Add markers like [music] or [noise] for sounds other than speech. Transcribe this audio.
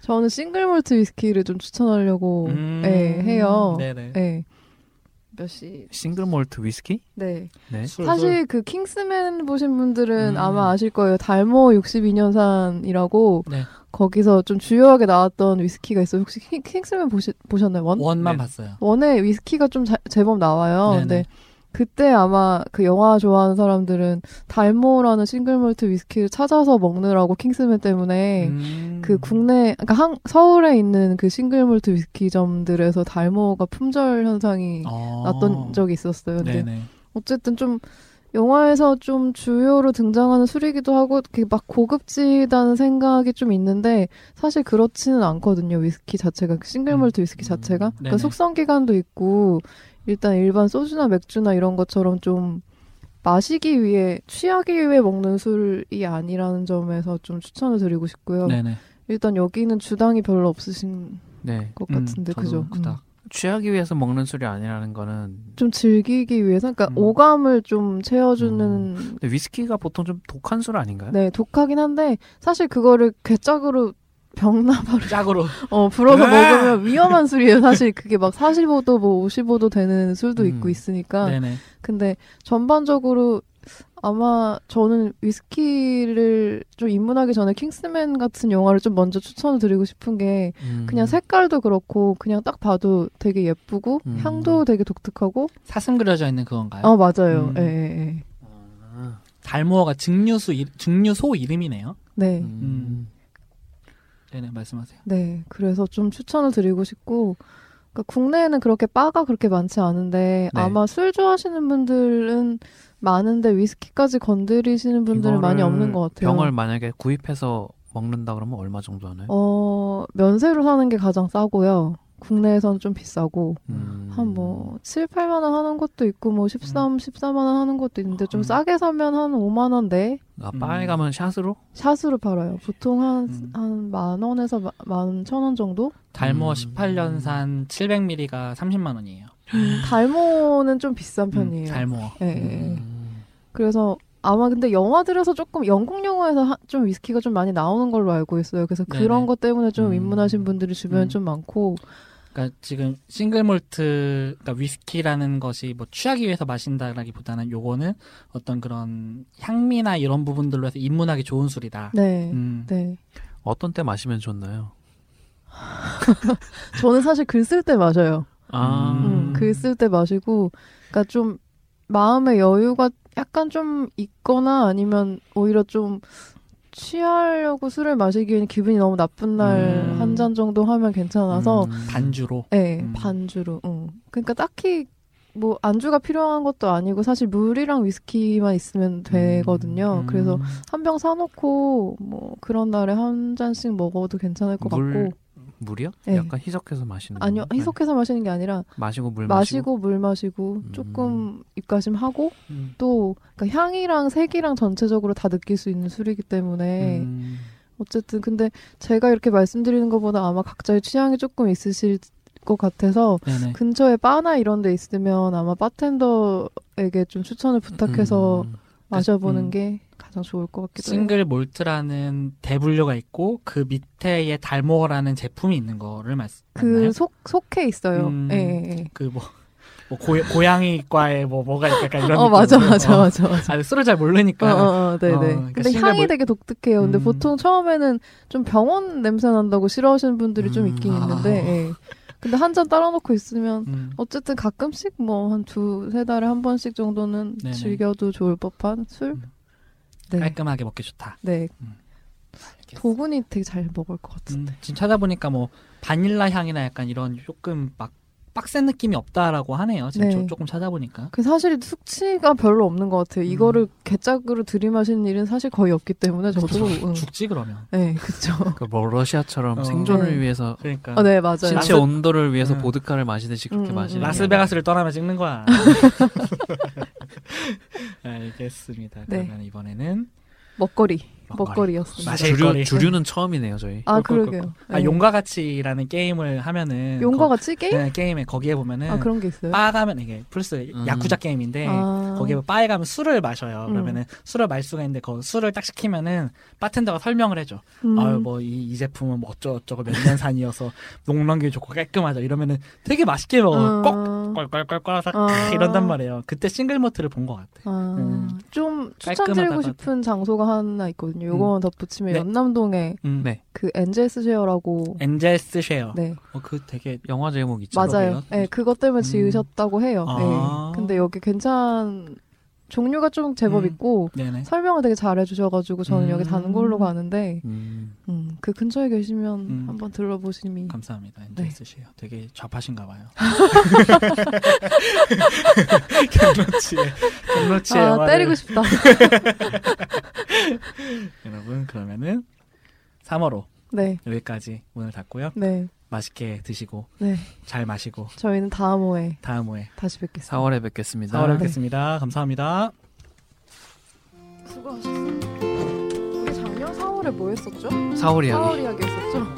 저는 싱글 몰트 위스키를 좀 추천하려고 음. 네, 해요. 네. 네네. 몇 시? 싱글 몰트 위스키? 네. 네. 술, 사실 그 킹스맨 보신 분들은 음. 아마 아실 거예요. 달모 62년산이라고 네. 거기서 좀 주요하게 나왔던 위스키가 있어요. 혹시 킹, 킹스맨 보시, 보셨나요? 원? 원만 네. 봤어요. 원에 위스키가 좀 자- 제법 나와요. 네네. 근데 그때 아마 그 영화 좋아하는 사람들은 달모라는 싱글몰트 위스키를 찾아서 먹느라고 킹스맨 때문에 음. 그 국내 그러니까 한, 서울에 있는 그 싱글몰트 위스키점들에서 달모가 품절 아. 현상이 어. 났던 적이 있었어요. 근데 네네. 어쨌든 좀 영화에서 좀 주요로 등장하는 술이기도 하고 이렇게 막 고급지다는 생각이 좀 있는데 사실 그렇지는 않거든요 위스키 자체가 그 싱글몰트 위스키 음, 자체가 네네. 그러니까 숙성 기간도 있고 일단 일반 소주나 맥주나 이런 것처럼 좀 마시기 위해 취하기 위해 먹는 술이 아니라는 점에서 좀 추천을 드리고 싶고요 네네. 일단 여기는 주당이 별로 없으신 네. 것 음, 같은데 저도 그죠 그닥. 음. 취하기 위해서 먹는 술이 아니라는 거는 좀 즐기기 위해서 그러니까 음. 오감을 좀 채워주는 근데 위스키가 보통 좀 독한 술 아닌가요? 네, 독하긴 한데 사실 그거를 괴짝으로 병나발을 짝으로. [laughs] 어, 불어서 으아! 네. 먹으면 위험한 술이에요. 사실 그게 막 45도 뭐 55도 되는 술도 음. 있고 있으니까. 네네. 근데 전반적으로 아마 저는 위스키를 좀 입문하기 전에 킹스맨 같은 영화를 좀 먼저 추천을 드리고 싶은 게 음. 그냥 색깔도 그렇고 그냥 딱 봐도 되게 예쁘고 음. 향도 되게 독특하고 사슴 그려져 있는 그건가요? 어 맞아요. 음. 예, 예, 예. 아, 달모어가 증류수 이- 증류소 이름이네요. 네. 음. 네네 말씀하세요. 네, 그래서 좀 추천을 드리고 싶고, 그러니까 국내에는 그렇게 바가 그렇게 많지 않은데, 네. 아마 술 좋아하시는 분들은 많은데, 위스키까지 건드리시는 분들은 많이 이거를 없는 것 같아요. 병을 만약에 구입해서 먹는다 그러면 얼마 정도 하나요? 어, 면세로 사는 게 가장 싸고요. 국내에선 좀 비싸고, 음. 한 뭐, 7, 8만원 하는 것도 있고, 뭐, 13, 14만원 하는 것도 있는데, 좀 음. 싸게 사면 한 5만원 내? 아, 바에 음. 가면 샷으로? 샷으로 팔아요. 보통 한, 음. 한 만원에서 마- 만, 천원 정도? 달모어 음. 18년산 700ml가 30만 원이에요. 음, 달모는 좀 비싼 음, 편이에요. 달모어. 예, 예, 예. 음. 그래서 아마 근데 영화들에서 조금 영국 영화에서 하- 좀 위스키가 좀 많이 나오는 걸로 알고 있어요. 그래서 네네. 그런 것 때문에 좀 음. 입문하신 분들이 주변에 음. 좀 많고 그러니까 지금 싱글몰트, 그러니까 위스키라는 것이 뭐 취하기 위해서 마신다라기보다는 요거는 어떤 그런 향미나 이런 부분들로 해서 입문하기 좋은 술이다. 네. 음. 네. 어떤 때 마시면 좋나요? 저는 사실 글 쓸 때 마셔요. 아, 음, 글 쓸 때 마시고 그러니까 좀 마음의 여유가 약간 좀 있거나 아니면 오히려 좀 취하려고 술을 마시기에는 기분이 너무 나쁜 날 음. 한 잔 정도 하면 괜찮아서 음. 반주로. 네, 음. 반주로. 응. 그러니까 딱히 뭐 안주가 필요한 것도 아니고 사실 물이랑 위스키만 음. 있으면 되거든요. 음. 그래서 한 병 사놓고 뭐 그런 날에 한 잔씩 먹어도 괜찮을 것 물 음. 같고 물이요? 네. 약간 희석해서 마시는 아니요 건가요? 희석해서 마시는 게 아니라 아니, 마시고 물 마시고, 음. 마시고 물 마시고 조금 입가심하고 음. 또 그러니까 향이랑 색이랑 전체적으로 다 느낄 수 있는 술이기 때문에 음. 어쨌든 근데 제가 이렇게 말씀드리는 것보다 아마 각자의 취향이 조금 있으실 것 같아서 네네. 근처에 바나 이런 데 있으면 아마 바텐더에게 좀 추천을 부탁해서 음. 마셔보는 음. 게 가장 좋을 것 같기도 해요. 싱글 몰트라는 대분류가 있고 그 밑에에 달모어라는 제품이 있는 거를 말씀 그 속, 속해 있어요. 음. 예, 예, 예. 그뭐 뭐 고, 고양이과에 뭐 뭐가 있다 약간 이런 어, 맞아, 느낌으로. 맞아, 어. 맞아, 맞아. 아, 술을 잘 어, 모르니까 어, 어, 네네. 어, 그러니까 근데 싱글 향이 몰- 되게 독특해요. 근데 음. 보통 처음에는 좀 병원 냄새 난다고 싫어하시는 분들이 좀 음, 있긴 아. 있는데, 예. 근데 한 잔 따라놓고 있으면 음. 어쨌든 가끔씩 뭐 한 두 세 달에 한 번씩 정도는 네네. 즐겨도 좋을 법한 술. 음. 네, 깔끔하게 먹기 좋다. 네. 음. 알겠어. 도군이 되게 잘 먹을 것 같은데. 음, 지금 찾아보니까 뭐 바닐라 향이나 약간 이런 조금 막 빡센 느낌이 없다라고 하네요. 지금 네. 저- 조금 찾아보니까. 그 사실 숙취가 별로 없는 것 같아요. 이거를 음. 개짝으로 들이마시는 일은 사실 거의 없기 때문에 저도 음. 응. 죽지 음. 그러면. 네 그렇죠. 그러니까 뭐 러시아처럼 어. 생존을 네. 위해서 그러니까 어, 네 맞아요. 신체 라스- 온도를 위해서 음. 보드카를 마시듯이 그렇게 음, 음, 마시는 음. 라스베가스를 떠나면 [laughs] 찍는 거야. [laughs] 알겠습니다. 네. 그러면 이번에는 먹거리. 먹거리. 먹거리였어요. 맞아요. 주류 막걸리. 주류는 처음이네요 저희. 아 꿀꿀꿀. 그러게요. 아, 네. 용과 같이라는 게임을 하면은 용과 거, 같이 게임? 네, 게임에 거기에 보면은 아 그런 게 있어요. 바 가면 이게 플스 음. 야쿠자 게임인데 아. 거기에 뭐 바에 가면 술을 마셔요. 음. 그러면은 술을 마실 수가 있는데 그 술을 딱 시키면은 바텐더가 설명을 해줘. 음. 아유 뭐이 이 제품은 뭐 어쩌고저쩌고 몇 년 산이어서 [laughs] 농랑기 좋고 깔끔하죠. 이러면은 되게 맛있게 먹어. 음. 꼭 꿀꿀꿀꿀 사 아. 이런단 말이에요. 그때 싱글 모트를 본 것 같아. 아, 음. 좀 깔끔하다고 추천드리고 하죠. 싶은 장소가 하나 있거든요. 요거 덧붙이면 네. 연남동에 음. 네. 그 엔젤스 쉐어라고 엔젤스 쉐어. 네 어, 그 되게 영화 제목 있죠. 맞아요. 그러게요. 네 그것 때문에 음. 지으셨다고 해요. 아. 네 근데 여기 괜찮 종류가 좀 제법 음. 있고 네네. 설명을 되게 잘 해주셔가지고 저는 여기 음. 다른 걸로 가는데 음, 음, 그 근처에 계시면 음. 한번 들러보시니 감사합니다. 네. 엔젤스 쉐어. 되게 좌파신가 [laughs] 봐요. 경로치에 경로치에 아 영화를- 때리고 싶다. [laughs] 여러분 그러면은 3월호 네 여기까지 문을 닫고요. 네. 맛있게 드시고 네. 잘 마시고 저희는 다음 호에 다음 후에 다시 뵙겠습니다. 4월에 뵙겠습니다. 4월에 뵙겠습니다. 감사합니다. 수고하셨어요. 우리 작년 4월에 뭐 했었죠? 사월 이야기. 네. 4월 이야기 했었죠? [laughs] 네,